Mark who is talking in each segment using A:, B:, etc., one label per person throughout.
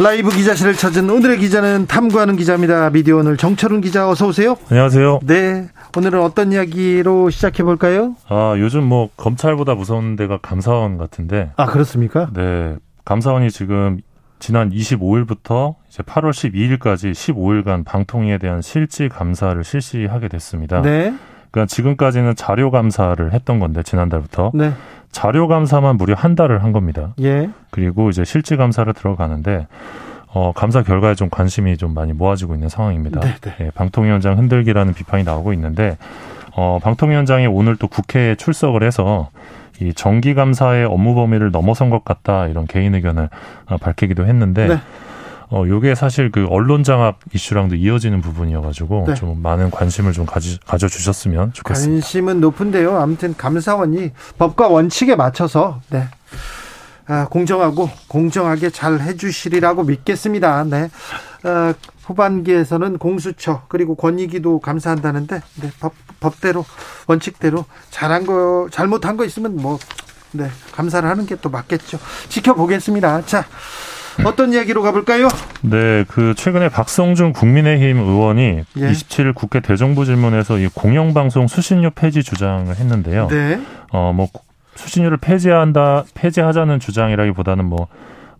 A: 라이브 기자실을 찾은 오늘의 기자는 탐구하는 기자입니다. 미디어 오늘 정철훈 기자 어서 오세요.
B: 안녕하세요.
A: 네. 오늘은 어떤 이야기로 시작해 볼까요?
B: 아, 요즘 뭐 검찰보다 무서운 데가 감사원 같은데.
A: 아, 그렇습니까?
B: 네. 감사원이 지금 지난 25일부터 이제 8월 12일까지 15일간 방통위에 대한 실질 감사를 실시하게 됐습니다.
A: 네.
B: 그러니까 지금까지는 자료 감사를 했던 건데 지난달부터
A: 네.
B: 자료 감사만 무려 한 달을 한 겁니다.
A: 예.
B: 그리고 이제 실질 감사를 들어가는데 어, 감사 결과에 좀 관심이 좀 많이 모아지고 있는 상황입니다.
A: 네, 네.
B: 예, 방통위원장 흔들기라는 비판이 나오고 있는데 어, 방통위원장이 오늘 또 국회에 출석을 해서 이 정기 감사의 업무 범위를 넘어선 것 같다 이런 개인 의견을 어, 밝히기도 했는데
A: 네.
B: 어, 요게 사실 그 언론 장악 이슈랑도 이어지는 부분이어가지고
A: 네.
B: 좀 많은 관심을 좀 가지, 가져주셨으면 좋겠습니다.
A: 관심은 높은데요. 아무튼 감사원이 법과 원칙에 맞춰서 네. 아, 공정하고 공정하게 잘 해주시리라고 믿겠습니다. 네. 어, 후반기에서는 공수처 그리고 권익위도 감사한다는데 네, 법, 법대로 원칙대로 잘한 거 잘못한 거 있으면 뭐 네, 감사를 하는 게 또 맞겠죠. 지켜보겠습니다. 자 어떤 이야기로 가볼까요?
B: 네, 그 최근에 박성준 국민의힘 의원이
A: 예.
B: 27일 국회 대정부 질문에서 이 공영방송 수신료 폐지 주장을 했는데요.
A: 네.
B: 어, 뭐, 수신료를 폐지한다, 폐지하자는 주장이라기보다는 뭐,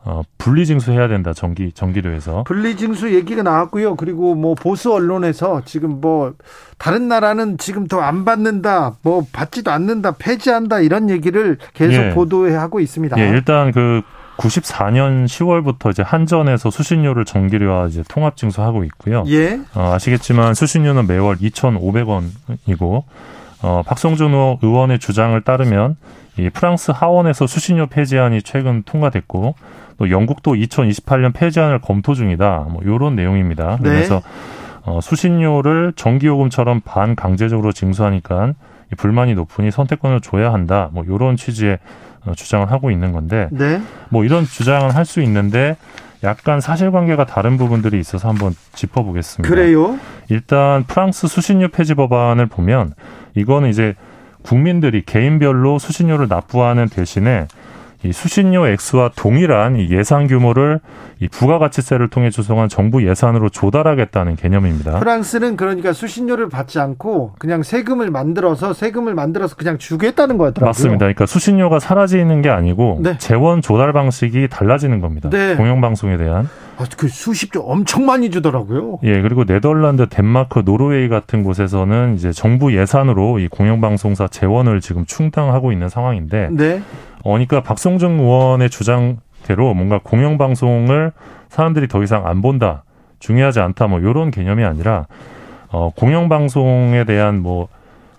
B: 어, 분리징수해야 된다, 정기, 정기료에서.
A: 분리징수 얘기가 나왔고요. 그리고 뭐 보수 언론에서 지금 뭐 다른 나라는 지금 더 안 받는다, 뭐 받지도 않는다, 폐지한다 이런 얘기를 계속
B: 예.
A: 보도하고 있습니다.
B: 예, 일단 그, 94년 10월부터 이제 한전에서 수신료를 정기료와 이제 통합 징수하고 있고요.
A: 예,
B: 어, 아시겠지만 수신료는 매월 2,500원이고, 어, 박성준 의- 의원의 주장을 따르면 이 프랑스 하원에서 수신료 폐지안이 최근 통과됐고, 또 영국도 2028년 폐지안을 검토 중이다. 뭐 요런 내용입니다.
A: 네.
B: 그래서 어, 수신료를 전기요금처럼 반강제적으로 징수하니까 이 불만이 높으니 선택권을 줘야 한다. 뭐 요런 취지의 어, 주장을 하고 있는 건데
A: 네,
B: 뭐 이런 주장은 할 수 있는데 약간 사실관계가 다른 부분들이 있어서 한번 짚어보겠습니다.
A: 그래요.
B: 일단 프랑스 수신료 폐지 법안을 보면 이거는 이제 국민들이 개인별로 수신료를 납부하는 대신에 이 수신료 액수와 동일한 이 예산 규모를 이 부가가치세를 통해 조성한 정부 예산으로 조달하겠다는 개념입니다.
A: 프랑스는 그러니까 수신료를 받지 않고 그냥 세금을 만들어서 세금을 만들어서 그냥 주겠다는 거였더라고요.
B: 맞습니다. 그러니까 수신료가 사라지는 게 아니고
A: 네.
B: 재원 조달 방식이 달라지는 겁니다.
A: 네.
B: 공영방송에 대한.
A: 아, 그 수십조 엄청 많이 주더라고요.
B: 예, 그리고 네덜란드, 덴마크, 노르웨이 같은 곳에서는 이제 정부 예산으로 이 공영방송사 재원을 지금 충당하고 있는 상황인데
A: 네,
B: 어, 그러니까 박성중 의원의 주장대로 뭔가 공영방송을 사람들이 더 이상 안 본다, 중요하지 않다, 뭐, 요런 개념이 아니라, 어, 공영방송에 대한 뭐,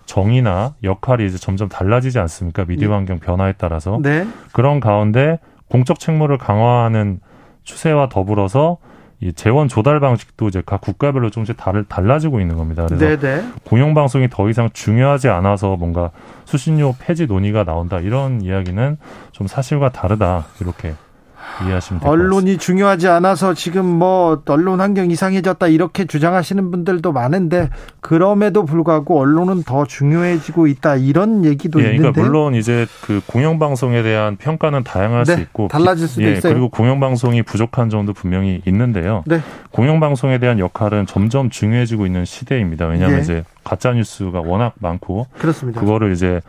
B: 정의나 역할이 이제 점점 달라지지 않습니까? 미디어 환경 변화에 따라서.
A: 네,
B: 그런 가운데 공적 책무를 강화하는 추세와 더불어서 이 재원 조달 방식도 이제 각 국가별로 조금씩 달, 달라지고 있는 겁니다. 그래서
A: 네, 네.
B: 공영방송이 더 이상 중요하지 않아서 뭔가 수신료 폐지 논의가 나온다 이런 이야기는 좀 사실과 다르다 이렇게 이해하시면 될 것 같습니다.
A: 언론이 중요하지 않아서 지금 뭐 언론 환경 이상해졌다 이렇게 주장하시는 분들도 많은데 그럼에도 불구하고 언론은 더 중요해지고 있다 이런 얘기도
B: 예, 그러니까
A: 있는데
B: 물론 이제 그 공영방송에 대한 평가는 다양할 수
A: 네,
B: 있고
A: 달라질 수도
B: 예,
A: 있어요.
B: 그리고 공영방송이 부족한 점도 분명히 있는데요.
A: 네.
B: 공영방송에 대한 역할은 점점 중요해지고 있는 시대입니다. 왜냐하면
A: 예. 네.
B: 이제 가짜 뉴스가 워낙 많고
A: 그렇습니다.
B: 그거를 이제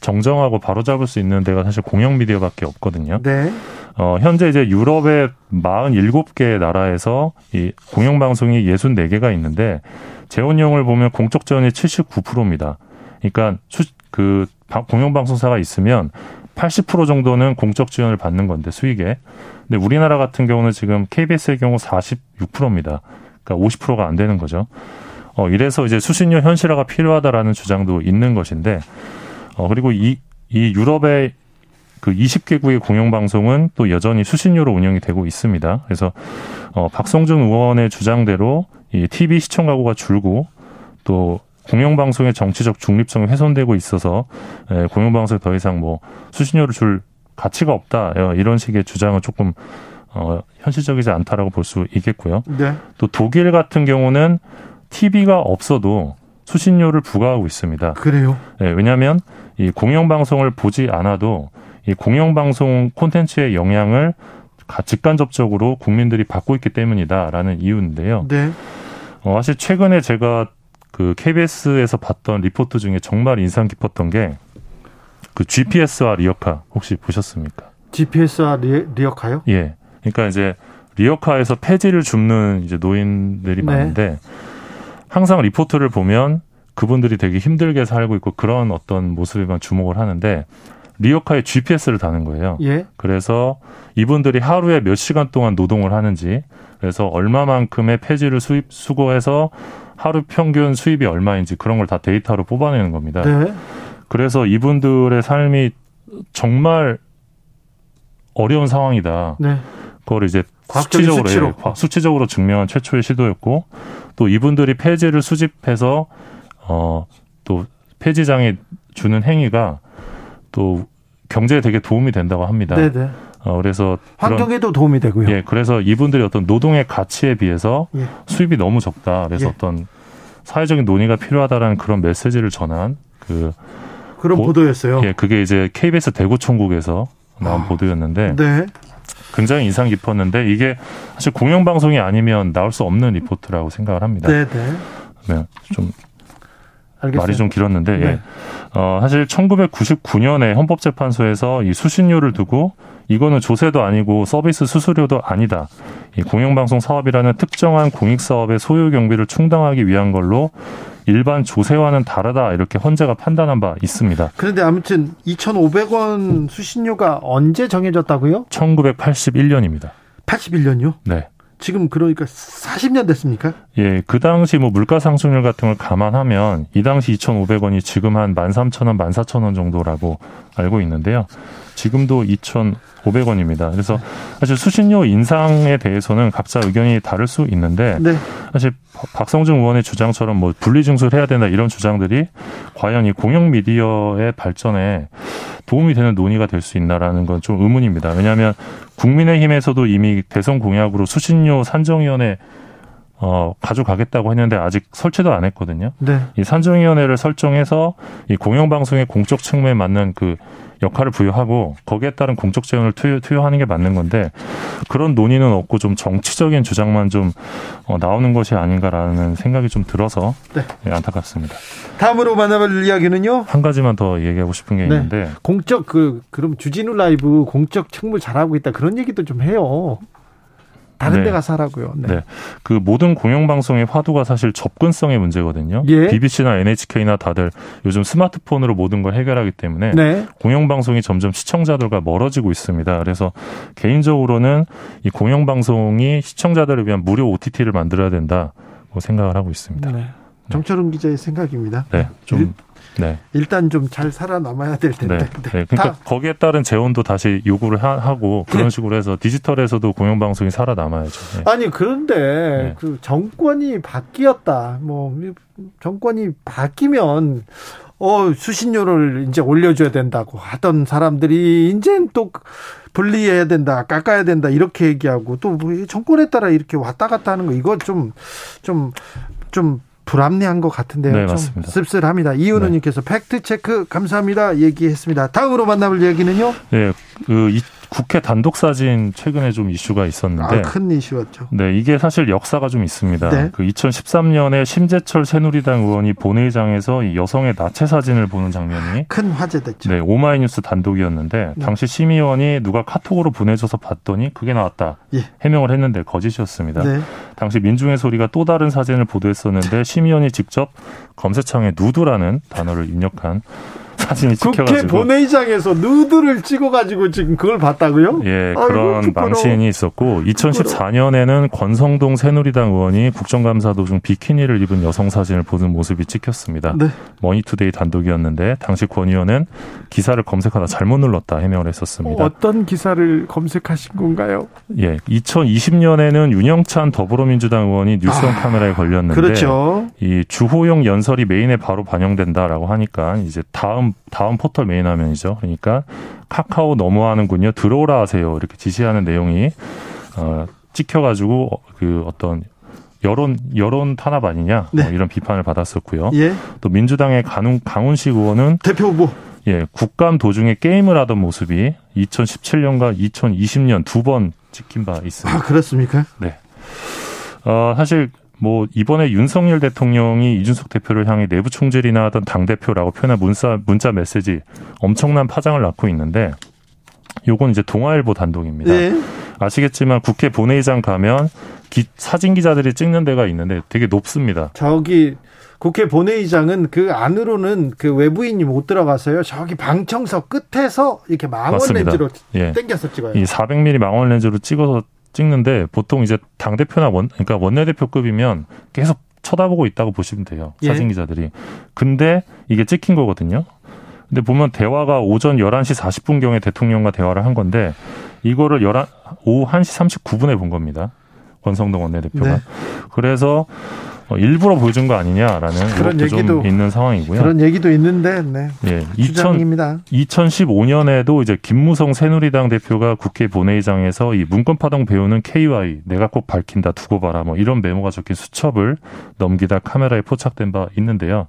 B: 정정하고 바로잡을 수 있는 데가 사실 공영 미디어밖에 없거든요.
A: 네,
B: 어, 현재 이제 유럽의 47개 나라에서 이 공영방송이 64개가 있는데 재원용을 보면 공적 재원이 79%입니다. 그러니까 수, 그 바- 공영방송사가 있으면 80% 정도는 공적 지원을 받는 건데 수익에. 근데 우리나라 같은 경우는 지금 KBS의 경우 46%입니다. 그러니까 50%가 안 되는 거죠. 어, 이래서 이제 수신료 현실화가 필요하다라는 주장도 있는 것인데, 어, 그리고 이, 이 유럽의 그 20개국의 공영방송은 또 여전히 수신료로 운영이 되고 있습니다. 그래서 어, 박성준 의원의 주장대로 이 TV 시청 가구가 줄고 또 공영방송의 정치적 중립성이 훼손되고 있어서 예, 공영방송에 더 이상 뭐 수신료를 줄 가치가 없다 예, 이런 식의 주장은 조금 어, 현실적이지 않다라고 볼 수 있겠고요.
A: 네.
B: 또 독일 같은 경우는 TV가 없어도 수신료를 부과하고 있습니다.
A: 그래요.
B: 예, 왜냐하면 이 공영방송을 보지 않아도 이 공영방송 콘텐츠의 영향을 가- 직간접적으로 국민들이 받고 있기 때문이다라는 이유인데요.
A: 네.
B: 어, 사실 최근에 제가 그 KBS에서 봤던 리포트 중에 정말 인상 깊었던 게 그 GPS와 리어카 혹시 보셨습니까?
A: GPS와 리, 리어카요?
B: 예. 그러니까 이제 리어카에서 폐지를 줍는 이제 노인들이
A: 네.
B: 많은데 항상 리포트를 보면 그분들이 되게 힘들게 살고 있고 그런 어떤 모습에만 주목을 하는데 리어카에 GPS를 다는 거예요.
A: 예.
B: 그래서 이분들이 하루에 몇 시간 동안 노동을 하는지 그래서 얼마만큼의 폐지를 수입 수거해서 하루 평균 수입이 얼마인지 그런 걸 다 데이터로 뽑아내는 겁니다.
A: 네.
B: 그래서 이분들의 삶이 정말 어려운 상황이다.
A: 네.
B: 그걸 이제
A: 과학적인
B: 수치적으로
A: 수치로. 아.
B: 예, 과- 수치적으로 증명한 최초의 시도였고 또 이분들이 폐지를 수집해서 어또 폐지장에 주는 행위가 또 경제에 되게 도움이 된다고 합니다.
A: 네. 네.
B: 어, 그래서 그런-
A: 환경에도 도움이 되고요.
B: 예 그래서 이분들이 어떤 노동의 가치에 비해서
A: 예.
B: 수입이 너무 적다. 그래서
A: 예.
B: 어떤 사회적인 논의가 필요하다라는 그런 메시지를 전한 그
A: 그런
B: 보-
A: 보, 도였어요
B: 예, 그게 이제 KBS 대구총국에서 나온
A: 아.
B: 보도였는데
A: 네.
B: 굉장히 인상 깊었는데 이게 사실 공영방송이 아니면 나올 수 없는 리포트라고 생각을 합니다.
A: 네. 네.
B: 네, 좀
A: 알겠어요.
B: 말이 좀 길었는데 예.
A: 네.
B: 어, 사실 1999년에 헌법재판소에서 이 수신료를 두고 이거는 조세도 아니고 서비스 수수료도 아니다. 이 공영방송 사업이라는 특정한 공익사업의 소요 경비를 충당하기 위한 걸로 일반 조세와는 다르다 이렇게 헌재가 판단한 바 있습니다.
A: 그런데 아무튼 2,500원 수신료가 언제 정해졌다고요?
B: 1981년입니다.
A: 81년요?
B: 네.
A: 지금 그러니까 40년 됐습니까?
B: 예, 그 당시 뭐 물가 상승률 같은 걸 감안하면 이 당시 2,500원이 지금 한 13,000원, 14,000원 정도라고 알고 있는데요. 지금도 2,500원입니다. 그래서 사실 수신료 인상에 대해서는 각자 의견이 다를 수 있는데
A: 네.
B: 사실 바- 박성준 의원의 주장처럼 뭐 분리징수를 해야 된다 이런 주장들이 과연 이 공영 미디어의 발전에 도움이 되는 논의가 될 수 있나라는 건 좀 의문입니다. 왜냐하면 국민의힘에서도 이미 대선 공약으로 수신료 산정위원회 어, 가져가겠다고 했는데 아직 설치도 안 했거든요.
A: 네.
B: 이 산정위원회를 설정해서 이 공영방송의 공적 책무에 맞는 그 역할을 부여하고 거기에 따른 공적 재원을 투여, 투여하는 게 맞는 건데 그런 논의는 없고 좀 정치적인 주장만 좀 어, 나오는 것이 아닌가라는 생각이 좀 들어서
A: 네.
B: 예, 안타깝습니다.
A: 다음으로 만나볼 이야기는요.
B: 한 가지만 더 얘기하고 싶은 게
A: 네.
B: 있는데
A: 공적 그 그럼 주진우 라이브 공적 책무 잘하고 있다 그런 얘기도 좀 해요. 다른
B: 네.
A: 데 가서 하라고요. 네.
B: 네. 그 모든 공영방송의 화두가 사실 접근성의 문제거든요.
A: 예.
B: BBC나 NHK나 다들 요즘 스마트폰으로 모든 걸 해결하기 때문에
A: 네.
B: 공영방송이 점점 시청자들과 멀어지고 있습니다. 그래서 개인적으로는 이 공영방송이 시청자들을 위한 무료 OTT를 만들어야 된다고 뭐 생각을 하고 있습니다.
A: 네. 정철웅 기자의 생각입니다.
B: 네,
A: 일-
B: 좀 네,
A: 일단 좀 잘 살아남아야 될
B: 네,
A: 텐데. 네.
B: 네. 그러니까
A: 다-
B: 거기에 따른 재원도 다시 요구를 하, 고 그런 식으로 해서 디지털에서도 공영방송이 살아남아야죠. 네.
A: 아니 그런데
B: 네.
A: 그 정권이 바뀌었다. 뭐 정권이 바뀌면 어 수신료를 이제 올려줘야 된다고 하던 사람들이 이젠 또 분리해야 된다, 깎아야 된다 이렇게 얘기하고 또뭐 정권에 따라 이렇게 왔다 갔다 하는 거 이거 좀 좀 좀 불합리한 것 같은데요.
B: 네,
A: 좀
B: 맞습니다. 네.
A: 씁쓸합니다. 이은우님께서 팩트 체크 감사합니다 얘기했습니다. 다음으로 만나볼 얘기는요.
B: 예, 그 이- 국회 단독 사진 최근에 좀 이슈가 있었는데.
A: 아큰 이슈였죠.
B: 네, 이게 사실 역사가 좀 있습니다.
A: 네.
B: 그 2013년에 심재철 새누리당 의원이 본회의장에서 이 여성의 나체 사진을 보는 장면이
A: 큰 화제됐죠.
B: 네, 오마이뉴스 단독이었는데
A: 네.
B: 당시 심의원이 누가 카톡으로 보내줘서 봤더니 그게 나왔다.
A: 예.
B: 해명을 했는데 거짓이었습니다.
A: 네.
B: 당시 민중의 소리가 또 다른 사진을 보도했었는데 심의원이 직접 검색창에 누드라는 단어를 입력한 사진이
A: 국회
B: 찍혀가지고
A: 본회의장에서 누드를 찍어가지고 지금 그걸 봤다고요?
B: 예,
A: 아이고,
B: 그런
A: 부끄러워.
B: 망신이 있었고 2014년에는 권성동 새누리당 의원이 국정감사 도중 비키니를 입은 여성 사진을 보는 모습이 찍혔습니다.
A: 네.
B: 머니투데이 단독이었는데 당시 권 의원은 기사를 검색하다 잘못 눌렀다 해명을 했었습니다.
A: 어떤 기사를 검색하신 건가요?
B: 예, 2020년에는 윤영찬 더불어민주당 의원이 뉴스원 카메라에 걸렸는데
A: 아, 그렇죠.
B: 이 주호영 연설이 메인에 바로 반영된다라고 하니까 이제 다음 다음 포털 메인 화면이죠. 그러니까 카카오 넘어하는군요. 들어오라 하세요. 이렇게 지시하는 내용이 어, 찍혀가지고 어, 그 어떤 여론 여론 탄압 아니냐
A: 네.
B: 뭐 이런 비판을 받았었고요.
A: 예.
B: 또 민주당의 강훈, 강훈식 의원은
A: 대표 후보.
B: 예 국감 도중에 게임을 하던 모습이 2017년과 2020년 두 번 찍힌 바 있습니다.
A: 아, 그렇습니까?
B: 어, 사실 뭐 이번에 윤석열 대통령이 이준석 대표를 향해 내부 총질이나 하던 당 대표라고 표현한 문자 문자 메시지 엄청난 파장을 낳고 있는데 요건 이제 동아일보 단독입니다.
A: 예.
B: 아시겠지만 국회 본회의장 가면 기- 사진 기자들이 찍는 데가 있는데 되게 높습니다.
A: 저기 국회 본회의장은 그 안으로는 그 외부인이 못 들어가서요. 저기 방청석 끝에서 이렇게 망원
B: 맞습니다.
A: 렌즈로
B: 예.
A: 땡겨서 찍어요.
B: 이 400mm 망원 렌즈로 찍어서 찍는데 보통 이제 당 대표나 원 그러니까 원내 대표급이면 계속 쳐다보고 있다고 보시면 돼요
A: 예.
B: 사진 기자들이. 근데 이게 찍힌 거거든요. 근데 보면 대화가 오전 11시 40분 경에 대통령과 대화를 한 건데 이거를 11 오후 1시 39분에 본 겁니다. 권성동 원내대표가.
A: 네.
B: 그래서 어, 일부러 보여준 거 아니냐라는
A: 그런
B: 것도 좀
A: 얘기도-
B: 있는 상황이고요.
A: 그런 얘기도 있는데, 네.
B: 예, 2000
A: 주장입니다.
B: 2015년에도 이제 김무성 새누리당 대표가 국회 본회의장에서 이 문건파동 배우는 KY 내가 꼭 밝힌다 두고 봐라 뭐 이런 메모가 적힌 수첩을 넘기다 카메라에 포착된 바 있는데요.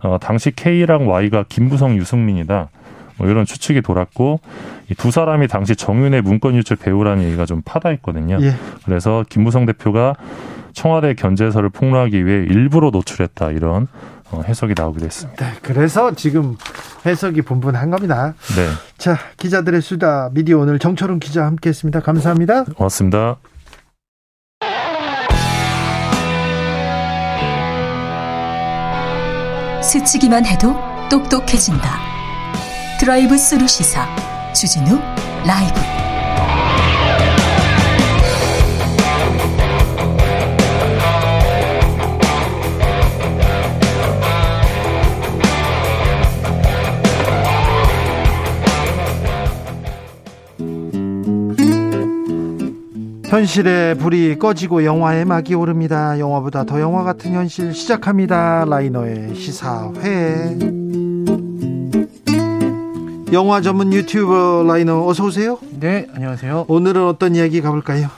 B: 어, 당시 K랑 Y가 김무성 유승민이다. 뭐 이런 추측이 돌았고 이 두 사람이 당시 정윤의 문건 유출 배우라는 얘기가 좀 파다했거든요.
A: 예.
B: 그래서 김무성 대표가 청와대 견제서를 폭로하기 위해 일부러 노출했다 이런 어, 해석이 나오기도 했습니다.
A: 네. 그래서 지금 해석이 분분한 겁니다.
B: 네,
A: 자, 기자들의 수다 미디어 오늘 정철훈 기자 함께 했습니다. 감사합니다.
B: 고맙습니다.
C: 스치기만 해도 똑똑해진다. 드라이브 스루 시사 주진우 라이브.
A: 현실의 불이 꺼지고 영화의 막이 오릅니다. 영화보다 더 영화 같은 현실 시작합니다. 라이너의 시사회. 영화 전문 유튜버 라이너 어서 오세요.
D: 네, 안녕하세요.
A: 오늘은 어떤 이야기 가볼까요?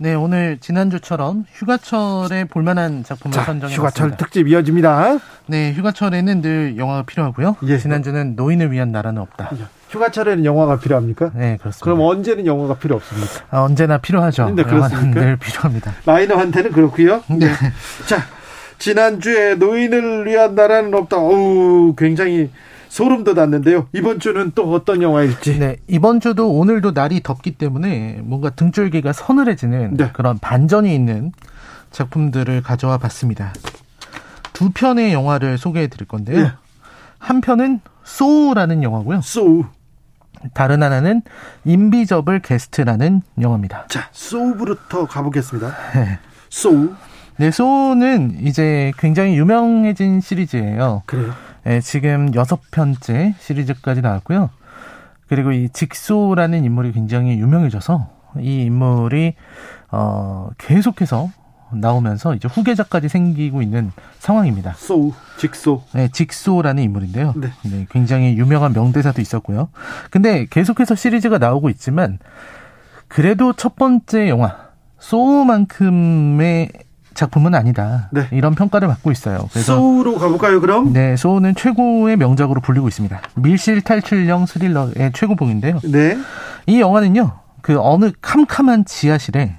D: 네, 오늘 지난주처럼 휴가철에 볼만한 작품을
A: 자,
D: 선정해
A: 휴가철
D: 봤습니다.
A: 특집 이어집니다.
D: 네, 휴가철에는 늘 영화가 필요하고요.
A: 예.
D: 지난주는 노인을 위한 나라는 없다.
A: 휴가철에는 영화가 필요합니까?
D: 네, 그렇습니다.
A: 그럼 언제는 영화가 필요 없습니까?
D: 아, 언제나 필요하죠.
A: 네,
D: 영화는
A: 그렇습니까?
D: 늘 필요합니다.
A: 라이너한테는 그렇고요. 네. 자, 지난주에 노인을 위한 나라는 없다. 어우, 굉장히 소름 돋았는데요. 이번 주는 또 어떤 영화일지.
D: 네, 이번 주도 오늘도 날이 덥기 때문에 뭔가 등줄기가 서늘해지는
A: 네.
D: 그런 반전이 있는 작품들을 가져와 봤습니다. 두 편의 영화를 소개해 드릴 건데요.
A: 예.
D: 한 편은 소우라는 영화고요.
A: 소우.
D: 다른 하나는 인비저블 게스트라는 영화입니다.
A: 자, 소우부터 가보겠습니다. 소우.
D: 네, 소는 이제 굉장히 유명해진 시리즈예요.
A: 그래요.
D: 예, 지금 여섯 편째 시리즈까지 나왔고요. 그리고 이 직소라는 인물이 굉장히 유명해져서 이 인물이 어, 계속해서 나오면서 이제 후계자까지 생기고 있는 상황입니다.
A: 소우. 직소.
D: 네, 직소라는 인물인데요.
A: 네.
D: 네. 굉장히 유명한 명대사도 있었고요. 근데 계속해서 시리즈가 나오고 있지만 그래도 첫 번째 영화 소우만큼의 작품은 아니다.
A: 네.
D: 이런 평가를 받고 있어요. 그래서
A: 소우로 가볼까요, 그럼?
D: 네, 소우는 최고의 명작으로 불리고 있습니다. 밀실 탈출형 스릴러의 최고봉인데요.
A: 네.
D: 이 영화는요, 그 어느 캄캄한 지하실에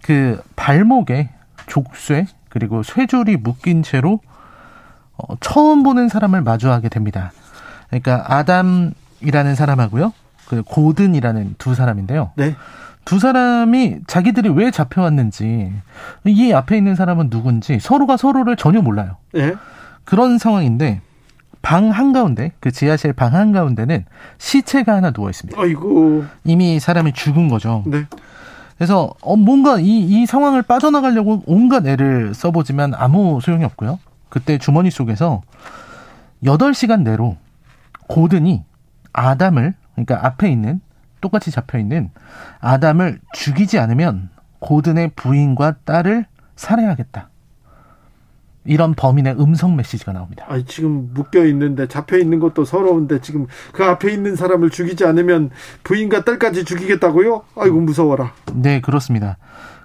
D: 그 발목에 족쇄 그리고 쇠줄이 묶인 채로 어, 처음 보는 사람을 마주하게 됩니다. 그러니까 아담이라는 사람하고요, 그 고든이라는 두 사람인데요.
A: 네.
D: 두 사람이 자기들이 왜 잡혀왔는지 이 앞에 있는 사람은 누군지 서로가 서로를 전혀 몰라요.
A: 네.
D: 그런 상황인데 방 한가운데, 그 지하실 방 한가운데는 시체가 하나 누워 있습니다.
A: 아이고.
D: 이미 사람이 죽은 거죠.
A: 네.
D: 그래서 어, 뭔가 이, 이 상황을 빠져나가려고 온갖 애를 써보지만 아무 소용이 없고요. 그때 주머니 속에서 8시간 내로 고든이 아담을, 그러니까 앞에 있는, 똑같이 잡혀있는 아담을 죽이지 않으면 고든의 부인과 딸을 살해하겠다. 이런 범인의 음성 메시지가 나옵니다.
A: 아 지금 묶여 있는데 잡혀 있는 것도 서러운데 지금 그 앞에 있는 사람을 죽이지 않으면 부인과 딸까지 죽이겠다고요? 아이고 무서워라.
D: 네, 그렇습니다.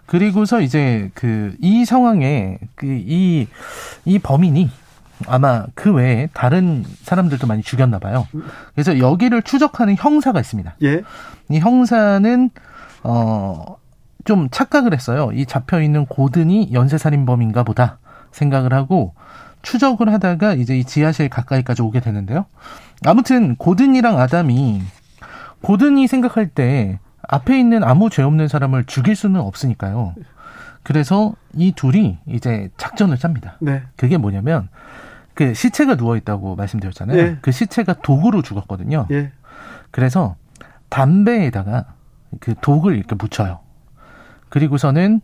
D: 그리고서 이제 그 이 상황에 그 이 이 범인이 아마 그 외에 다른 사람들도 많이 죽였나 봐요. 그래서 여기를 추적하는 형사가 있습니다.
A: 예.
D: 이 형사는 어 좀 착각을 했어요. 이 잡혀 있는 고든이 연쇄살인범인가 보다 생각을 하고 추적을 하다가 이제 이 지하실 가까이까지 오게 되는데요. 아무튼 고든이랑 아담이 고든이 생각할 때 앞에 있는 아무 죄 없는 사람을 죽일 수는 없으니까요. 그래서 이 둘이 이제 작전을 짭니다.
A: 네.
D: 그게 뭐냐면 그 시체가 누워 있다고 말씀드렸잖아요.
A: 예.
D: 그 시체가 독으로 죽었거든요.
A: 예.
D: 그래서 담배에다가 그 독을 이렇게 묻혀요. 그리고서는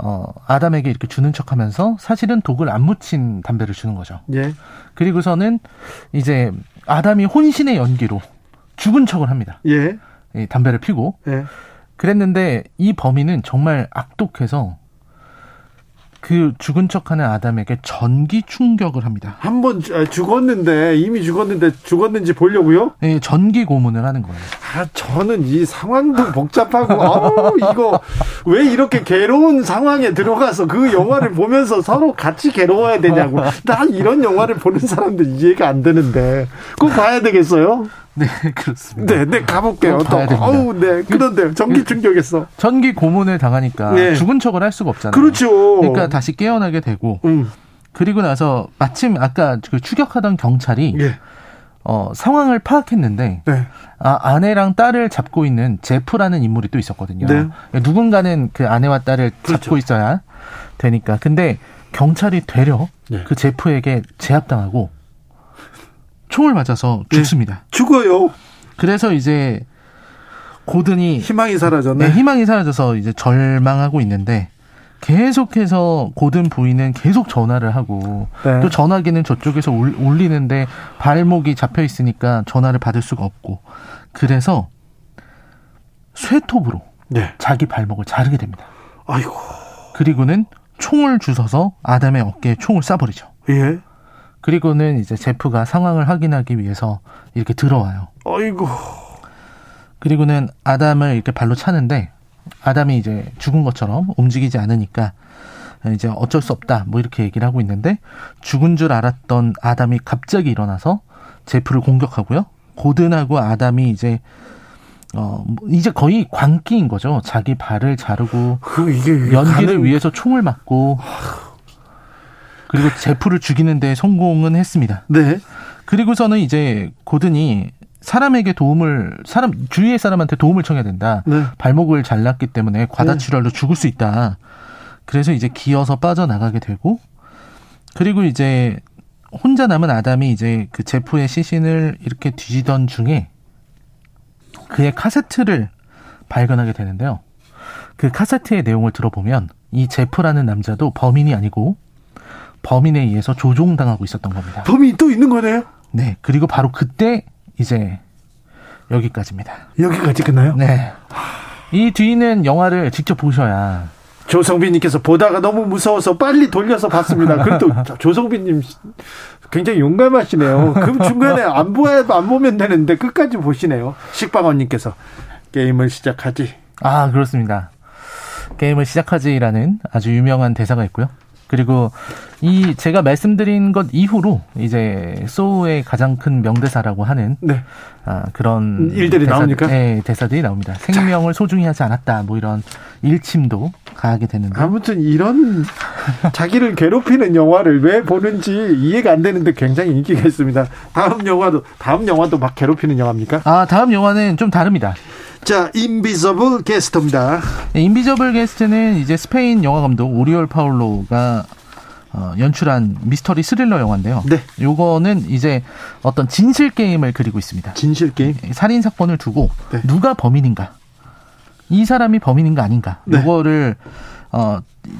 D: 어 아담에게 이렇게 주는 척하면서 사실은 독을 안 묻힌 담배를 주는 거죠.
A: 예.
D: 그리고서는 이제 아담이 혼신의 연기로 죽은 척을 합니다.
A: 예.
D: 이 담배를 피고
A: 예.
D: 그랬는데 이 범인은 정말 악독해서 그 죽은 척하는 아담에게 전기 충격을 합니다.
A: 한 번 아, 죽었는데 이미 죽었는데 죽었는지 보려고요?
D: 예, 전기 고문을 하는 거예요.
A: 아 저는 이 상황도 복잡하고 아우 이거 왜 이렇게 괴로운 상황에 들어가서 그 영화를 보면서 서로 같이 괴로워야 되냐고 나 이런 영화를 보는 사람들 이해가 안 되는데 꼭 봐야 되겠어요?
D: 네, 그렇습니다.
A: 네, 네 가볼게요.
D: 또
A: 또
D: 봐야 됩니다.
A: 아우 네 그런데 전기 충격했어.
D: 전기 고문을 당하니까
A: 네.
D: 죽은 척을 할 수가 없잖아요.
A: 그렇죠.
D: 러니까 다시 깨어나게 되고
A: 음,
D: 그리고 나서 마침 아까 그 추격하던 경찰이
A: 예,
D: 어, 상황을 파악했는데
A: 네,
D: 아, 아내랑 딸을 잡고 있는 제프라는 인물이 또 있었거든요.
A: 네.
D: 누군가는 그 아내와 딸을
A: 그렇죠.
D: 잡고 있어야 되니까. 근데 경찰이 되려
A: 네.
D: 그 제프에게 제압당하고 총을 맞아서
A: 네.
D: 죽습니다.
A: 죽어요.
D: 그래서 이제 고든이
A: 희망이
D: 네,
A: 사라졌네.
D: 희망이 사라져서 이제 절망하고 있는데 계속해서 고든 부인은 계속 전화를 하고
A: 네.
D: 또 전화기는 저쪽에서 울, 울리는데 발목이 잡혀 있으니까 전화를 받을 수가 없고 그래서 쇠톱으로
A: 네,
D: 자기 발목을 자르게 됩니다.
A: 아이고,
D: 그리고는 총을 주워서 아담의 어깨에 총을 쏴버리죠.
A: 예,
D: 그리고는 이제 제프가 상황을 확인하기 위해서 이렇게 들어와요.
A: 아이고,
D: 그리고는 아담을 이렇게 발로 차는데 아담이 이제 죽은 것처럼 움직이지 않으니까 이제 어쩔 수 없다 뭐 이렇게 얘기를 하고 있는데 죽은 줄 알았던 아담이 갑자기 일어나서 제프를 공격하고요 고든하고 아담이 이제 어 이제 거의 광기인 거죠 자기 발을 자르고
A: 그 이게
D: 연기를
A: 가는-
D: 위해서 총을 맞고 그리고 제프를 죽이는데 성공은 했습니다
A: 네,
D: 그리고서는 이제 고든이 사람에게 도움을 사람 주위의 사람한테 도움을 청해야 된다.
A: 네.
D: 발목을 잘랐기 때문에 과다출혈로 죽을 수 있다. 그래서 이제 기어서 빠져나가게 되고 그리고 이제 혼자 남은 아담이 이제 그 제프의 시신을 이렇게 뒤지던 중에 그의 카세트를 발견하게 되는데요. 그 카세트의 내용을 들어보면 이 제프라는 남자도 범인이 아니고 범인에 의해서 조종당하고 있었던 겁니다.
A: 범인이 또 있는 거네요.
D: 네, 그리고 바로 그때 이제 여기까지입니다.
A: 여기까지 끝나요?
D: 네. 이 뒤는 영화를 직접 보셔야
A: 조성빈님께서 보다가 너무 무서워서 빨리 돌려서 봤습니다. 그래도 조성빈님 굉장히 용감하시네요. 그 중간에 안 보야 안 보면 되는데 끝까지 보시네요. 식빵원님께서 게임을 시작하지.
D: 아 그렇습니다. 게임을 시작하지라는 아주 유명한 대사가 있고요. 그리고 이 제가 말씀드린 것 이후로 이제 소우의 가장 큰 명대사라고 하는
A: 네,
D: 아, 그런
A: 일들이 나옵니까?
D: 네, 대사들이 나옵니다. 생명을 소중히 하지 않았다. 뭐 이런 일침도 가하게 되는데.
A: 아무튼 이런 자기를 괴롭히는 영화를 왜 보는지 이해가 안 되는데 굉장히 인기가 있습니다. 다음 영화도 다음 영화도 막 괴롭히는 영화입니까?
D: 아 다음 영화는 좀 다릅니다.
A: 자, 인비서블
D: 네,
A: 게스트입니다.
D: 인비저블 게스트는 이제 스페인 영화 감독 오리올 파울로가 어, 연출한 미스터리 스릴러 영화인데요.
A: 네.
D: 요거는 이제 어떤 진실 게임을 그리고 있습니다.
A: 진실 게임.
D: 살인 사건을 두고
A: 네.
D: 누가 범인인가, 이 사람이 범인인가 아닌가,
A: 네.
D: 요거를 어,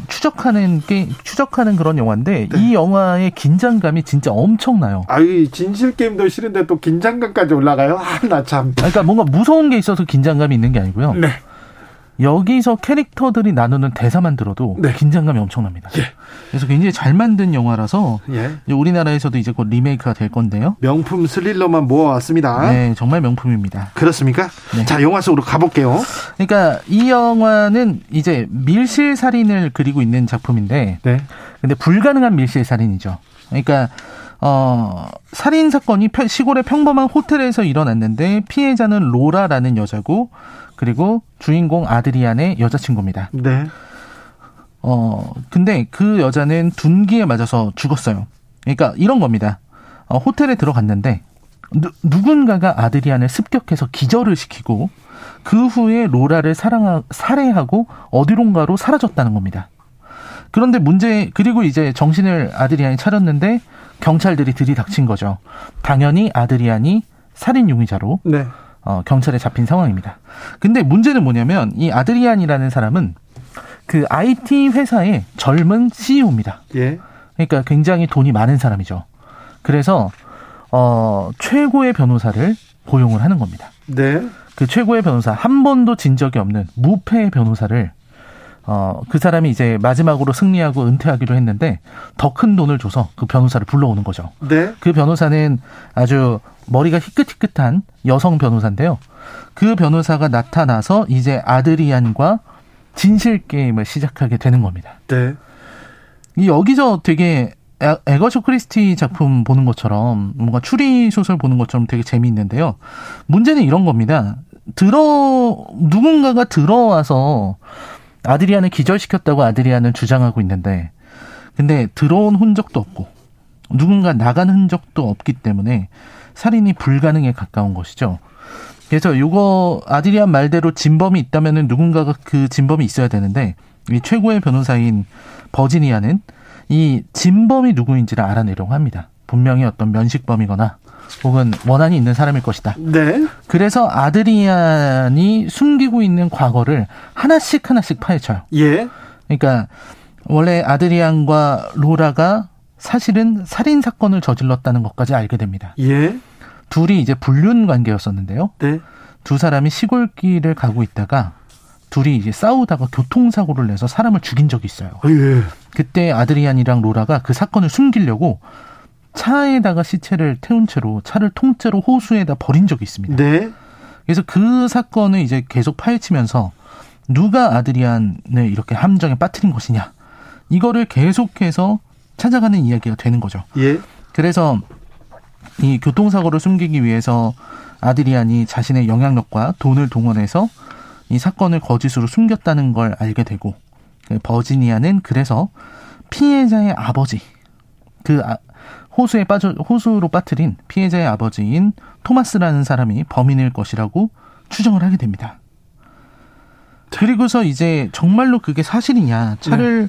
D: 추적하는 게임, 추적하는 그런 영화인데
A: 네.
D: 이 영화의 긴장감이 진짜 엄청나요.
A: 아이 진실 게임도 싫은데 또 긴장감까지 올라가요. 아 나 참.
D: 그러니까 뭔가 무서운 게 있어서 긴장감이 있는 게 아니고요.
A: 네.
D: 여기서 캐릭터들이 나누는 대사만 들어도
A: 네.
D: 긴장감이 엄청납니다. 그래서 굉장히 잘 만든 영화라서
A: 예.
D: 이제 우리나라에서도 이제 곧 리메이크가 될 건데요.
A: 명품 스릴러만 모아왔습니다.
D: 네, 정말 명품입니다.
A: 그렇습니까?
D: 네.
A: 자 영화 속으로 가볼게요.
D: 그러니까 이 영화는 이제 밀실 살인을 그리고 있는 작품인데,
A: 네.
D: 근데 불가능한 밀실 살인이죠. 그러니까 어 살인 사건이 펴- 시골의 평범한 호텔에서 일어났는데 피해자는 로라라는 여자고 그리고 주인공 아드리안의 여자친구입니다.
A: 네.
D: 어, 근데 그 여자는 둔기에 맞아서 죽었어요. 그러니까 이런 겁니다. 어, 호텔에 들어갔는데 누, 누군가가 아드리안을 습격해서 기절을 시키고 그 후에 로라를 사랑 살해하고 어디론가로 사라졌다는 겁니다. 그런데 문제 그리고 이제 정신을 아드리안이 차렸는데 경찰들이 들이닥친 거죠. 당연히 아드리안이 살인 용의자로
A: 네.
D: 어, 경찰에 잡힌 상황입니다. 근데 문제는 뭐냐면 이 아드리안이라는 사람은 그 IT 회사의 젊은 CEO입니다.
A: 예.
D: 그러니까 굉장히 돈이 많은 사람이죠. 그래서 어, 최고의 변호사를 고용을 하는 겁니다.
A: 네.
D: 그 최고의 변호사 한 번도 진 적이 없는 무패의 변호사를 어, 그 사람이 이제 마지막으로 승리하고 은퇴하기로 했는데 더 큰 돈을 줘서 그 변호사를 불러오는 거죠.
A: 네.
D: 그 변호사는 아주 머리가 희끗희끗한 여성 변호사인데요. 그 변호사가 나타나서 이제 아드리안과 진실 게임을 시작하게 되는 겁니다.
A: 네.
D: 이 여기서 되게 에- 에거쇼 크리스티 작품 보는 것처럼 뭔가 추리 소설 보는 것처럼 되게 재미있는데요. 문제는 이런 겁니다. 들어 누군가가 들어와서 아드리안을 기절시켰다고 아드리안은 주장하고 있는데 근데 들어온 흔적도 없고 누군가 나간 흔적도 없기 때문에 살인이 불가능에 가까운 것이죠. 그래서 요거 아드리안 말대로 진범이 있다면은 누군가가 그 진범이 있어야 되는데 이 최고의 변호사인 버지니아는 이 진범이 누구인지를 알아내려고 합니다. 분명히 어떤 면식범이거나 혹은 원한이 있는 사람일 것이다.
A: 네.
D: 그래서 아드리안이 숨기고 있는 과거를 하나씩 하나씩 파헤쳐요.
A: 예.
D: 그러니까 원래 아드리안과 로라가 사실은 살인 사건을 저질렀다는 것까지 알게 됩니다.
A: 예.
D: 둘이 이제 불륜 관계였었는데요.
A: 네.
D: 두 사람이 시골길을 가고 있다가 둘이 이제 싸우다가 교통사고를 내서 사람을 죽인 적이 있어요.
A: 예.
D: 그때 아드리안이랑 로라가 그 사건을 숨기려고 차에다가 시체를 태운 채로 차를 통째로 호수에다 버린 적이 있습니다.
A: 네.
D: 그래서 그 사건을 이제 계속 파헤치면서 누가 아드리안을 이렇게 함정에 빠뜨린 것이냐 이거를 계속해서 찾아가는 이야기가 되는 거죠.
A: 예.
D: 그래서 이 교통사고를 숨기기 위해서 아드리안이 자신의 영향력과 돈을 동원해서 이 사건을 거짓으로 숨겼다는 걸 알게 되고 그 버지니아는 그래서 피해자의 아버지 그 아- 호수에 빠져 호수로 빠뜨린 피해자의 아버지인 토마스라는 사람이 범인일 것이라고 추정을 하게 됩니다. 그리고서 이제 정말로 그게 사실이냐 차를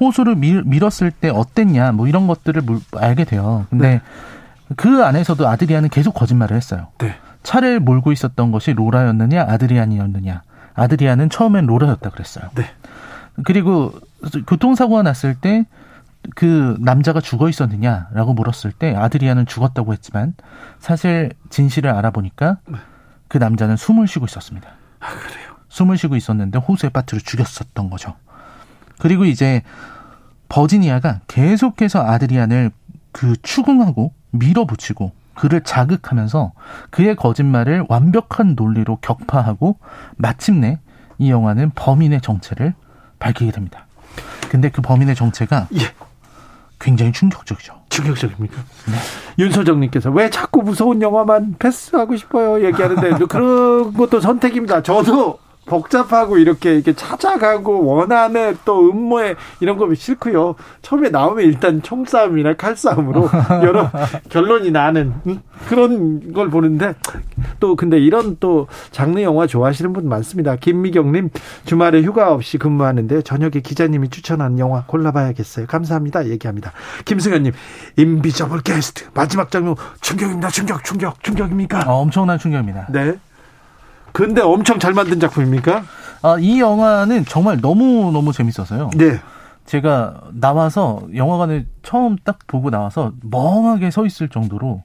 D: 호수를 밀, 밀었을 때 어땠냐 뭐 이런 것들을 물- 알게 돼요. 근데 그 안에서도 아드리안은 계속 거짓말을 했어요.
A: 네.
D: 차를 몰고 있었던 것이 로라였느냐 아드리안이었느냐. 아드리안은 처음엔 로라였다 그랬어요.
A: 네.
D: 그리고 교통사고가 났을 때 그 남자가 죽어 있었느냐라고 물었을 때 아드리안은 죽었다고 했지만 사실 진실을 알아보니까 그 남자는 숨을 쉬고 있었습니다. 숨을 쉬고 있었는데 호수에 빠뜨려 죽였었던 거죠. 그리고 이제 버지니아가 계속해서 아드리안을 그 추궁하고 밀어붙이고 그를 자극하면서 그의 거짓말을 완벽한 논리로 격파하고 마침내 이 영화는 범인의 정체를 밝히게 됩니다. 근데 그 범인의 정체가
A: 예.
D: 굉장히 충격적이죠.
A: 충격적입니까? 네. 윤소정님께서 왜 자꾸 무서운 영화만 패스하고 싶어요 얘기하는데 그런 것도 선택입니다. 저도 복잡하고 이렇게 이렇게 찾아가고 원한에 또 음모에 이런 거 싫고요. 처음에 나오면 일단 총싸움이나 칼싸움으로 여러 결론이 나는 그런 걸 보는데 또 근데 이런 또 장르 영화 좋아하시는 분 많습니다. 김미경님 주말에 휴가 없이 근무하는데 저녁에 기자님이 추천한 영화 골라봐야겠어요. 감사합니다. 얘기합니다. 김승현님 인비저블 게스트 마지막 장면 충격입니다. 충격 충격 충격입니까?
D: 어, 엄청난 충격입니다.
A: 네. 근데 엄청 잘 만든 작품입니까?
D: 아, 이 영화는 정말 너무 너무 재밌어서요.
A: 네.
D: 제가 나와서 영화관을 처음 딱 보고 나와서 멍하게 서 있을 정도로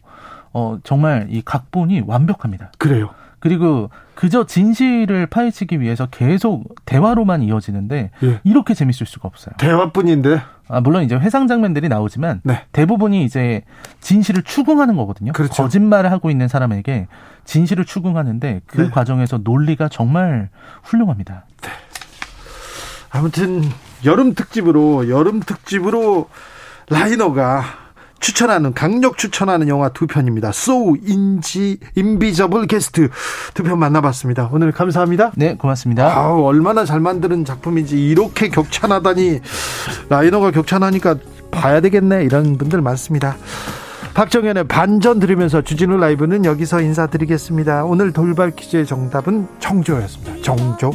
D: 어, 정말 이 각본이 완벽합니다.
A: 그래요.
D: 그리고 그저 진실을 파헤치기 위해서 계속 대화로만 이어지는데
A: 예.
D: 이렇게 재밌을 수가 없어요.
A: 대화뿐인데.
D: 아, 물론 이제 회상 장면들이 나오지만
A: 네.
D: 대부분이 이제 진실을 추궁하는 거거든요.
A: 그렇죠.
D: 거짓말을 하고 있는 사람에게 진실을 추궁하는데 그
A: 네.
D: 과정에서 논리가 정말 훌륭합니다.
A: 아무튼 여름 특집으로 여름 특집으로 라이너가 추천하는 강력 추천하는 영화 두 편입니다. 소우 인지 인비저블 게스트 두 편 만나봤습니다. 오늘 감사합니다.
D: 네, 고맙습니다.
A: 아우 얼마나 잘 만드는 작품인지 이렇게 격찬하다니 라이너가 격찬하니까 봐야 되겠네 이런 분들 많습니다. 박정현의 반전 들으면서 주진우 라이브는 여기서 인사드리겠습니다. 오늘 돌발 퀴즈의 정답은 정조였습니다. 정조.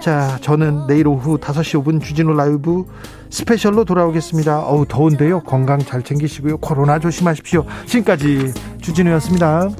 A: 자, 저는 내일 오후 5시 5분 주진우 라이브 스페셜로 돌아오겠습니다. 어우, 더운데요. 건강 잘 챙기시고요. 코로나 조심하십시오. 지금까지 주진우였습니다.